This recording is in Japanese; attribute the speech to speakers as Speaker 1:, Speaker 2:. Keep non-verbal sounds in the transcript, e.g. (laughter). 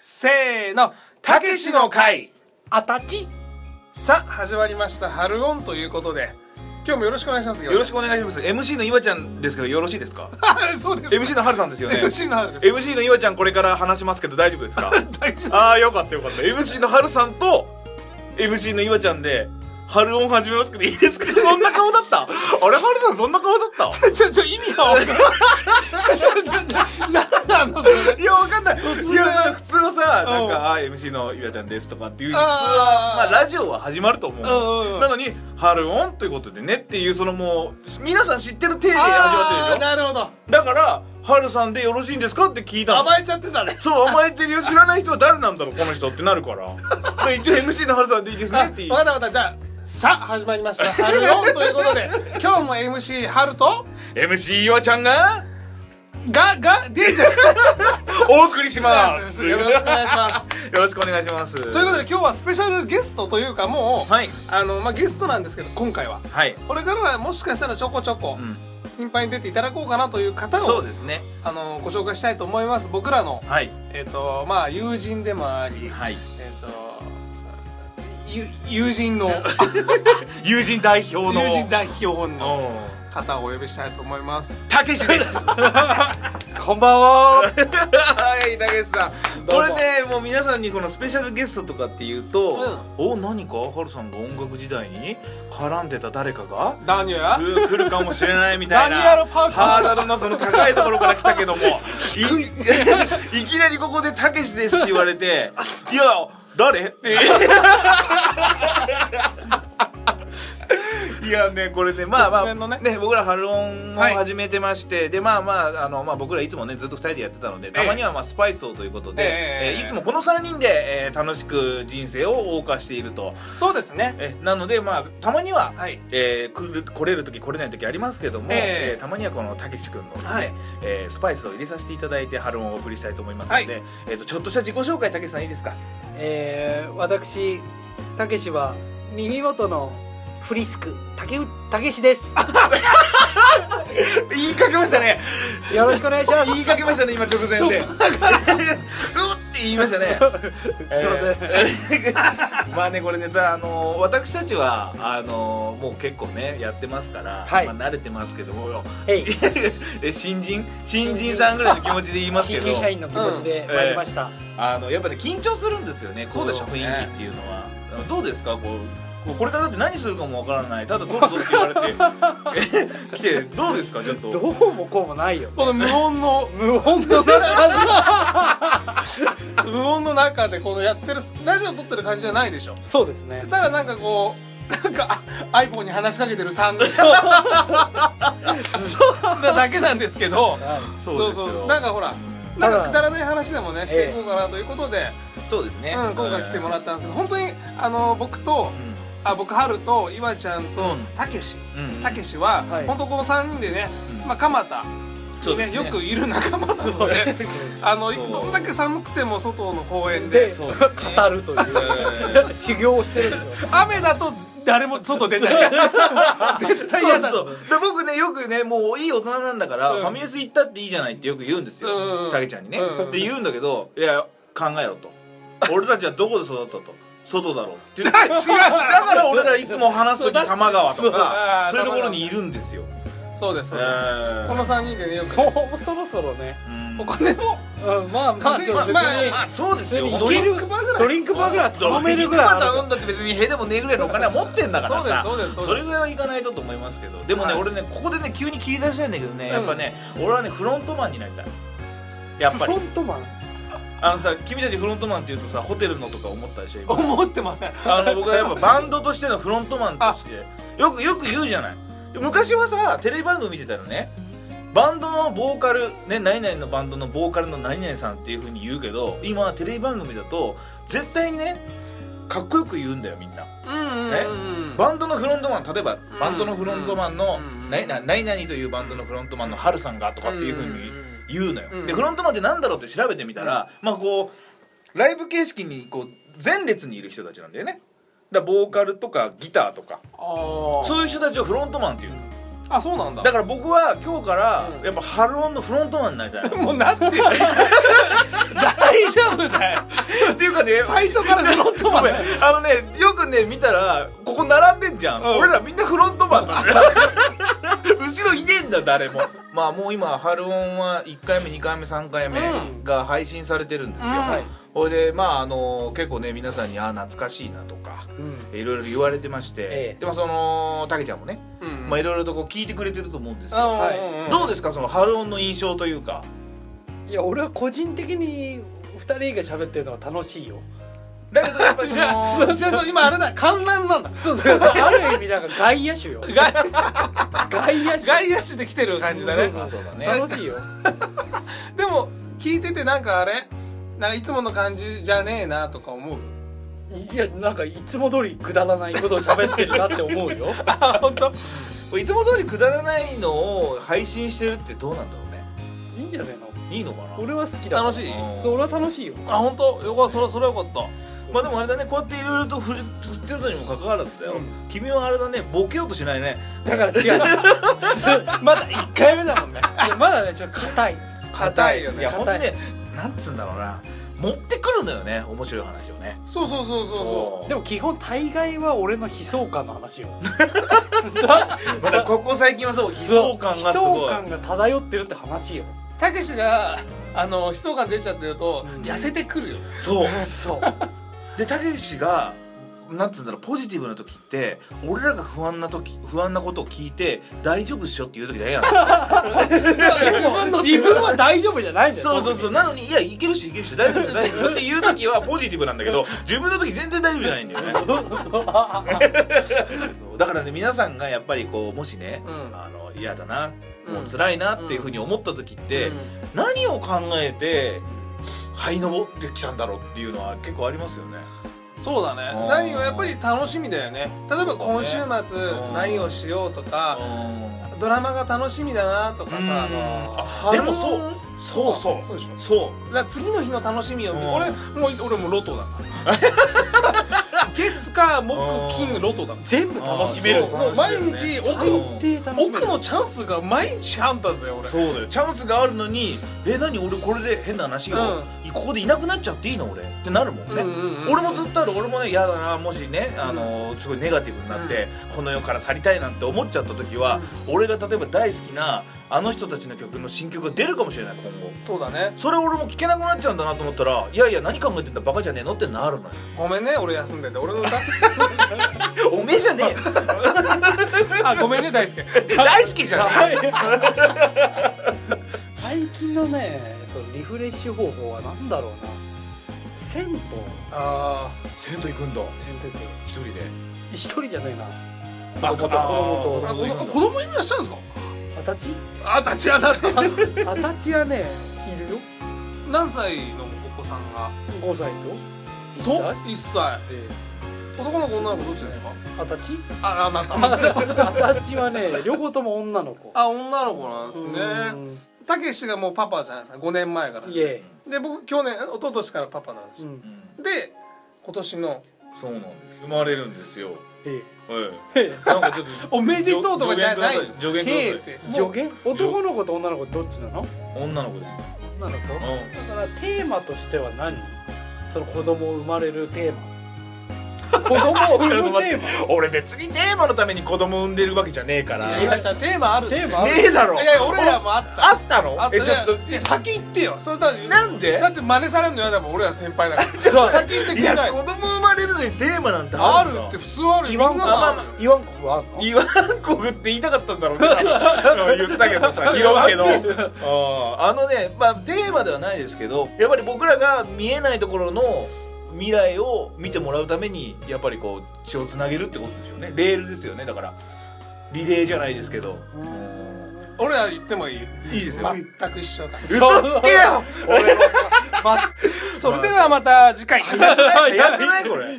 Speaker 1: せーのたけしの会
Speaker 2: あたち
Speaker 1: さあ始まりました「春オン」ということで今日もよろしくお願いしますよ
Speaker 3: よろしくお願いします MC の岩ちゃんですけどよろしいです (laughs) か
Speaker 1: くそうです
Speaker 3: MC の春さんです (laughs) よね
Speaker 1: MC の春です
Speaker 3: MC の岩ちゃんこれから話しますけど (laughs) 大丈夫ですか
Speaker 1: 大丈
Speaker 3: ああよかったよかった MC の春さんと MC の岩ちゃんで春音始めますけどいいです (laughs) かそんな顔だったあれ春さんそんな顔だっ
Speaker 1: 夫ちょちょ意味が分からんちょちょちょ何なのそれ
Speaker 3: (laughs) たいやわかんない
Speaker 1: 然
Speaker 3: いやなんか普通はさ
Speaker 1: うん
Speaker 3: なんかあー MC の岩ちゃんですとかっていう普通
Speaker 1: あ
Speaker 3: は
Speaker 1: ー
Speaker 3: まあラジオは始まると思
Speaker 1: うんうんう
Speaker 3: うんなのに春音ということでねっていうそのもう皆さん知ってる体で始まってるでしょ
Speaker 1: あーなるほど
Speaker 3: だから、ハルさんでよろしいんですかって聞いたの。
Speaker 1: 甘えちゃってたね
Speaker 3: そう、甘えてるよ。知らない人は誰なんだろう、この人ってなる
Speaker 1: (laughs)
Speaker 3: から。で一応 MC のハルさんでいいですね
Speaker 1: あ
Speaker 3: って言
Speaker 1: わかっ
Speaker 3: う。
Speaker 1: たわかったじゃあさあ始まりました「春オン」ということで今日も MC 春と
Speaker 3: MC 岩ちゃんが、
Speaker 1: ががでじゃ
Speaker 3: お送りしま
Speaker 1: あ
Speaker 3: す。
Speaker 1: (laughs) よろしくお願いします
Speaker 3: よろしくお願いします。という
Speaker 1: ということで今日はスペシャルゲストというかもう、
Speaker 3: はい
Speaker 1: あのまあ、ゲストなんですけど今回は
Speaker 3: はい。
Speaker 1: これからはもしかしたらちょこちょこ、
Speaker 3: うん。
Speaker 1: 頻繁に出ていただこうかなという方
Speaker 3: そ
Speaker 1: を
Speaker 3: うですね。
Speaker 1: あのご紹介したいと思います僕らの、
Speaker 3: はい。
Speaker 1: えっとまあ、友人でもあり、
Speaker 3: はい。
Speaker 1: えっとゆ友人
Speaker 3: (laughs)
Speaker 1: の
Speaker 3: 友人代表
Speaker 1: (laughs)
Speaker 3: の。
Speaker 1: 友人代表の
Speaker 3: おー
Speaker 1: 方をお呼びしたいと思います
Speaker 3: たけし
Speaker 1: (laughs)
Speaker 3: です。
Speaker 2: こんばんは
Speaker 3: はい、たけしさん。
Speaker 2: ど
Speaker 3: こ
Speaker 2: う
Speaker 3: れ
Speaker 2: も
Speaker 3: ね、もう皆さんにこのスペシャルゲストとかっていうと、お、何かハルさんが音楽時代に絡んでた誰かが
Speaker 1: ダニエ
Speaker 3: 来るかもしれないみたいな
Speaker 1: ダニエルパーカー
Speaker 3: ハードルのその高いところから来たけども
Speaker 1: (laughs)
Speaker 3: いいきなりここで「たけしです」って言われて「いや誰?」
Speaker 1: (laughs)
Speaker 3: っていやねこれねまあま
Speaker 1: 突
Speaker 3: あ
Speaker 1: 然のね
Speaker 3: ね僕らハルオンを
Speaker 1: はい
Speaker 3: 始めてまして、でまあまああの、まあ、僕らいつもねずっと2人でやってたのでたまにはまあスパイスをということで、
Speaker 1: ええ
Speaker 3: えーいつもこの3人で、えー楽しく人生を謳歌していると
Speaker 1: そうですね
Speaker 3: えなのでまあたまには
Speaker 1: はい
Speaker 3: えー来る来れる時来れない時ありますけども、
Speaker 1: ええ
Speaker 3: えーたまにはこのたけし君のですね、
Speaker 1: はい
Speaker 3: えースパイスを入れさせていただいて春音をお送りしたいと思いますので、
Speaker 1: は
Speaker 3: えー、とちょっとした自己紹介たけしさんいいですか
Speaker 2: えー、私たけしは耳元のフリスクたけうたけしです
Speaker 3: 言いかけましたね
Speaker 2: よろしくお願いします
Speaker 3: 言いかけましたね今直前でうって言いました (laughs) ね
Speaker 2: すいません
Speaker 3: せんまあねこれネタあのー私たちはあのーもう結構ねやってますから、
Speaker 2: はい
Speaker 3: まあ、慣れてますけども
Speaker 2: えい
Speaker 3: え新人新人さんぐらいの気持ちで言いますけ
Speaker 2: 新
Speaker 3: ど
Speaker 2: 入社員の気持ちで参りました、
Speaker 3: あのやっぱり緊張するんですよね、こ
Speaker 1: そう
Speaker 3: の
Speaker 1: でしょう
Speaker 3: 雰
Speaker 1: ね
Speaker 3: 囲気っていうのは。どうですか、こう、ここれからだって何するかもわからない、ただどうぞって言われて。 (laughs) 来て、どうですか、ちょっと。
Speaker 2: どうもこうもないよ
Speaker 1: この無音
Speaker 3: (laughs)
Speaker 1: の
Speaker 2: 無音の
Speaker 1: 無音の中でこのやってるラジオ撮ってる感じじゃないでしょ
Speaker 2: そうで
Speaker 1: (laughs)
Speaker 2: すね
Speaker 1: ただなんかこうなんかあ iPhone に話しかけてる3人
Speaker 2: そう
Speaker 1: なだけなんですけど
Speaker 2: は
Speaker 3: そうですよ。
Speaker 1: なんかほら
Speaker 3: うん
Speaker 1: なんかくだらない話でもねしていこうかなということで、
Speaker 3: そうですね。
Speaker 1: うん、今回来てもら
Speaker 3: っ
Speaker 1: ったんですけど本当にあの僕とあ僕春と岩ちゃんと
Speaker 3: うん
Speaker 1: たけし
Speaker 3: うん。
Speaker 1: たけしは、
Speaker 2: はい
Speaker 1: 本当この3人でね、
Speaker 3: うん
Speaker 1: まあ、蒲田
Speaker 3: そ
Speaker 1: に
Speaker 3: うで
Speaker 1: ね
Speaker 3: す
Speaker 1: よ
Speaker 3: ね
Speaker 1: くいる仲間なの
Speaker 2: い
Speaker 1: であの
Speaker 3: そう
Speaker 1: どんだけ寒くても外の公園で
Speaker 2: で
Speaker 3: そうですね
Speaker 2: 語るという修行をしてるんでしょ
Speaker 1: 雨だと誰も外出
Speaker 3: (laughs)
Speaker 1: ない (laughs) 絶対嫌だ
Speaker 3: そうそうで僕ねよくねもういい大人なんだから、
Speaker 1: うん
Speaker 3: ファミレス行ったっていいじゃないってよく言うんです
Speaker 1: うん
Speaker 3: よたけ、ちゃんにね、
Speaker 1: うん
Speaker 3: って言うんだけどいや考えろと俺たちはどこで育ったと外だろうって言って
Speaker 1: (laughs) 違う
Speaker 3: だから俺らいつも話す
Speaker 1: そう
Speaker 3: 時
Speaker 1: だ
Speaker 3: 多摩川
Speaker 1: そう
Speaker 3: と
Speaker 1: あー
Speaker 3: かそういうところにいるんですよ
Speaker 1: そうですそうです、
Speaker 3: えー
Speaker 1: この3人でねよくね
Speaker 2: もうそろそろね、
Speaker 3: うん
Speaker 1: お金も
Speaker 2: うん、まあまあ
Speaker 1: 風
Speaker 2: ち
Speaker 1: 邪
Speaker 2: ょっと別
Speaker 1: まあ
Speaker 2: に
Speaker 3: まあそうですよ
Speaker 2: 普通に
Speaker 3: 本当に
Speaker 2: ドリン
Speaker 1: クバーぐらい
Speaker 2: ドリンクバーぐらい頼めるぐ
Speaker 3: まあ
Speaker 2: らい
Speaker 3: 頼んだって別にへでもねえぐらいのお金は持ってんだか
Speaker 1: そ
Speaker 3: らさ
Speaker 1: うですそうですそうです
Speaker 3: れぐらいはいかないとと思いますけどでもね、
Speaker 1: はい
Speaker 3: 俺ねここでね急に切り出したいんだけどね
Speaker 1: ん
Speaker 3: やっぱね、俺はねフロントマンになりたいやっ
Speaker 2: フ
Speaker 3: ぱり
Speaker 2: ロントマン
Speaker 3: あのさ君たちフロントマンっていうとさホテルのとか思ったでしょ今
Speaker 1: (laughs) 思ってません
Speaker 3: あの僕はやっぱバンドとしてのフロントマンとしてよくよく言うじゃない昔はさテレビ番組見てたらねバンドのボーカル、ね、何々のバンドのボーカルの何々さんっていうふうに言うけど今テレビ番組だと絶対にねかっこよく言うんだよみんな
Speaker 1: うんうんうん
Speaker 3: バンドのフロントマン例えば
Speaker 1: うん
Speaker 3: バンドのフロントマンの
Speaker 1: うん
Speaker 3: 何々何々というバンドのフロントマンのハルさんがとかっていうふうに言うのよ、
Speaker 1: うん
Speaker 3: でフロントマンってなんだろうって調べてみたら、まあこうライブ形式にこう前列にいる人たちなんだよねだからボーカルとかギターとか
Speaker 1: ああ
Speaker 3: そういう人たちをフロントマンっていうの
Speaker 1: あそうなんだ
Speaker 3: だから僕は今日から
Speaker 2: うん
Speaker 3: やっぱハロンのフロントマンになり
Speaker 1: (laughs)
Speaker 3: たい
Speaker 1: もうなってよ大丈夫だよ
Speaker 3: っていうかね
Speaker 1: 最初からフロントマ
Speaker 3: ご
Speaker 1: ン
Speaker 3: めん
Speaker 1: だよ
Speaker 3: あのねよくね見たらここ並んでんじゃん、
Speaker 1: うん
Speaker 3: 俺らみんなフロントマンなのよ (laughs) 後ろいねえんだ誰もまあもう今「ハルオン」は1回目2回目3回目
Speaker 1: うん
Speaker 3: が配信されてるんですよ、
Speaker 1: うん
Speaker 3: はいほいでまああの結構ね皆さんに「ああ懐かしいな」とか
Speaker 2: うん
Speaker 3: いろいろ言われてまして、
Speaker 2: ええ
Speaker 3: でもそのたけちゃんもね、
Speaker 1: うん
Speaker 3: まあいろいろとこう聞いてくれてると思うんです
Speaker 1: うんうん
Speaker 3: よ、
Speaker 1: うんうん
Speaker 3: どうですかその「ハルオン」の印象というか
Speaker 2: いや俺は個人的に2人が喋ってるのは楽しいよ
Speaker 3: だけどやっぱ (laughs) りその
Speaker 1: じゃあそう今あれだ観覧なんだ
Speaker 2: そうそうある意味なんか外野手よ
Speaker 1: (laughs) 外
Speaker 2: 外野手
Speaker 1: 外野手で来てる感じだね
Speaker 3: あそうだね
Speaker 2: 楽しいよ
Speaker 1: でも聞いててなんかあれなんかいつもの感じじゃねえなとか思う
Speaker 2: いやなんかいつも通りくだらないことを喋ってるなって思うよ
Speaker 1: あ本当
Speaker 3: いつも通りくだらないのを配信してるってどうなんだろうね
Speaker 2: いいんじゃないの
Speaker 3: いいのかな
Speaker 2: 俺は好きだ
Speaker 1: 楽しい
Speaker 3: うん
Speaker 2: そう俺は楽しいよ
Speaker 1: あ本当よかそれそれよかった
Speaker 3: まあでもあれだねこうやっていろいろと振る振ってるのにもかかわらずだよ、
Speaker 2: うん
Speaker 3: 君はあれだねボケようとしないね
Speaker 2: だから違う (laughs)
Speaker 1: まだ1回目だもんね
Speaker 2: まだねちょっと硬い
Speaker 1: 硬いよ
Speaker 3: い
Speaker 1: ね
Speaker 3: やほんとねなんつうんだろうな持ってくるんだよね面白い話をね
Speaker 1: そうそうそうそうそ
Speaker 2: でも基本大概は俺の悲壮感の話
Speaker 1: (laughs)
Speaker 2: よ
Speaker 3: うまたここ最近はそう悲壮感がすごい
Speaker 2: 悲壮感が漂ってるって話よ
Speaker 1: うたけしがあの悲壮感出ちゃってると、
Speaker 2: うん
Speaker 1: 痩せてくるよ
Speaker 3: そう
Speaker 2: そう
Speaker 3: でたけしがなんつうんだろうポジティブな時って俺らが不安な時不安なことを聞いて大丈夫っしょっていう時だけなの
Speaker 1: 自分の
Speaker 2: 自分は大丈夫じゃないんだよ
Speaker 3: そうそうそうなのにいやいけるしいけるし大丈夫だよ (laughs) 大丈夫だよっていう時はポジティブなんだけど自分の時全然大丈夫じゃないんだよねだからね皆さんがやっぱりこうもしね、
Speaker 1: うん
Speaker 3: あの嫌だな
Speaker 1: うん
Speaker 3: もう辛いなっていうふうに思った時って、
Speaker 1: うん
Speaker 3: 何を考えて這い登ってきたんだろうっていうのは結構ありますよね
Speaker 1: そうだ
Speaker 3: う
Speaker 1: ね
Speaker 3: ん
Speaker 1: 何よやっぱり楽しみだよね例えば今週末
Speaker 3: うん
Speaker 1: 何をしようとか
Speaker 3: あ
Speaker 1: ドラマが楽しみだなとかさ
Speaker 3: あでもそうそうそう
Speaker 1: そうでしょ
Speaker 3: そう
Speaker 1: だから次の日の楽しみを見て
Speaker 3: うん
Speaker 1: 俺もう俺もロトだから (laughs) 月火木金ロトだか
Speaker 2: 全部楽しめる
Speaker 1: あーそうもう毎日奥
Speaker 2: 最
Speaker 1: の
Speaker 2: 低楽
Speaker 1: ら
Speaker 2: しめる
Speaker 1: 奥のチャンスが毎日あんだぜ俺
Speaker 3: そうだよチャンスがあるのにえ何俺これで変な話を、ここでいなくなっちゃっていいの俺ってなるも
Speaker 1: う
Speaker 3: んね、
Speaker 1: んうんうん
Speaker 3: 俺もずっとある俺もね嫌だなもしね、あのすごいネガティブになって、この世から去りたいなんて思っちゃった時は、俺が例えば大好きなあの人たちの曲の新曲が出るかもしれない今後
Speaker 1: そうだね
Speaker 3: それ俺も聴けなくなっちゃうんだなと思ったらいやいや何考えてんだバカじゃねえのって
Speaker 1: (laughs)
Speaker 3: なるのよ
Speaker 1: ごめんね俺休んでて俺の歌
Speaker 3: おめえじゃねえよ
Speaker 1: (laughs) あごめんね大輔
Speaker 3: (laughs) 大好きじゃない
Speaker 2: 最近のねそのリフレッシュ方法は何だろうな銭湯
Speaker 1: (laughs) あ
Speaker 3: 銭湯行くんだ
Speaker 2: 銭湯って
Speaker 3: 一人で
Speaker 2: 一人じゃないな
Speaker 3: バカだ
Speaker 2: 子供と
Speaker 1: ーあ子
Speaker 3: 子供
Speaker 1: 供
Speaker 3: と
Speaker 1: 子供いらっしゃるんですか
Speaker 2: あたち
Speaker 1: あ立ち上がって
Speaker 2: あたちはねいるよ
Speaker 1: 何歳のお子さんが
Speaker 2: 5歳と1
Speaker 1: と
Speaker 2: 歳
Speaker 1: 1歳男の子女の子どっちですか
Speaker 2: あた (laughs) ち
Speaker 1: ああなた
Speaker 2: あたちはね両方とも女の子
Speaker 1: あ女の子なんで
Speaker 2: う
Speaker 1: すね
Speaker 2: ん
Speaker 1: たけしがもうパパじゃないですか5年前から
Speaker 2: いえ
Speaker 1: で僕去年一昨年からパパなんです
Speaker 2: う
Speaker 1: よ、
Speaker 2: ん
Speaker 3: うん
Speaker 1: で今年の
Speaker 3: そうなんです生まれるんですよ
Speaker 2: え
Speaker 3: はいなんかちょっと
Speaker 1: (laughs) おめでとうとかじゃない
Speaker 3: 助言ください
Speaker 1: へ
Speaker 3: 助言
Speaker 1: ーっ
Speaker 3: ください
Speaker 1: て
Speaker 2: え助言男の子と女の子どっちなの
Speaker 3: 女の子です
Speaker 2: 女の子だ
Speaker 3: うん
Speaker 2: からテーマとしては何その子供生まれるテーマ (laughs) 子供を産むテーマ
Speaker 3: 俺別にテーマのために子供産んでるわけじゃねえか
Speaker 1: い
Speaker 3: らね
Speaker 1: やじゃあテーマある
Speaker 2: (laughs) テーマある
Speaker 3: えだろ
Speaker 1: いや俺らもあった
Speaker 3: あったの
Speaker 1: あった
Speaker 3: えちょっと
Speaker 1: いや先言ってよそれだって
Speaker 3: なんで
Speaker 1: だって真似されるの嫌だもん俺ら先輩だから
Speaker 2: そう
Speaker 1: 先言ってく
Speaker 3: い
Speaker 1: れ (laughs)
Speaker 3: や
Speaker 1: ない
Speaker 3: 子供生まれるのにテーマなんて
Speaker 1: あ
Speaker 3: あ
Speaker 1: る
Speaker 3: るの
Speaker 1: って普通あるよ
Speaker 2: 言わん
Speaker 1: み
Speaker 2: こ
Speaker 1: なさんあるよ
Speaker 2: 言わんこはあんの
Speaker 3: 言わんこぐって言いたかったんだろう
Speaker 1: (laughs)
Speaker 3: ねうん言ったけどさ言わんけど
Speaker 1: ワン
Speaker 3: うんあのねまあテーマではないですけどやっぱり僕らが見えないところの未来を見てもらうためにやっぱりこう血をつなげるってことですよねレールですよねだからリレーじゃないですけどうん
Speaker 1: 俺ら言ってもいい
Speaker 3: いいですよ
Speaker 1: (laughs) 全く一緒だ
Speaker 3: 嘘つけよ
Speaker 2: 俺は、ま、
Speaker 1: それではまた次回
Speaker 3: 早くないこれ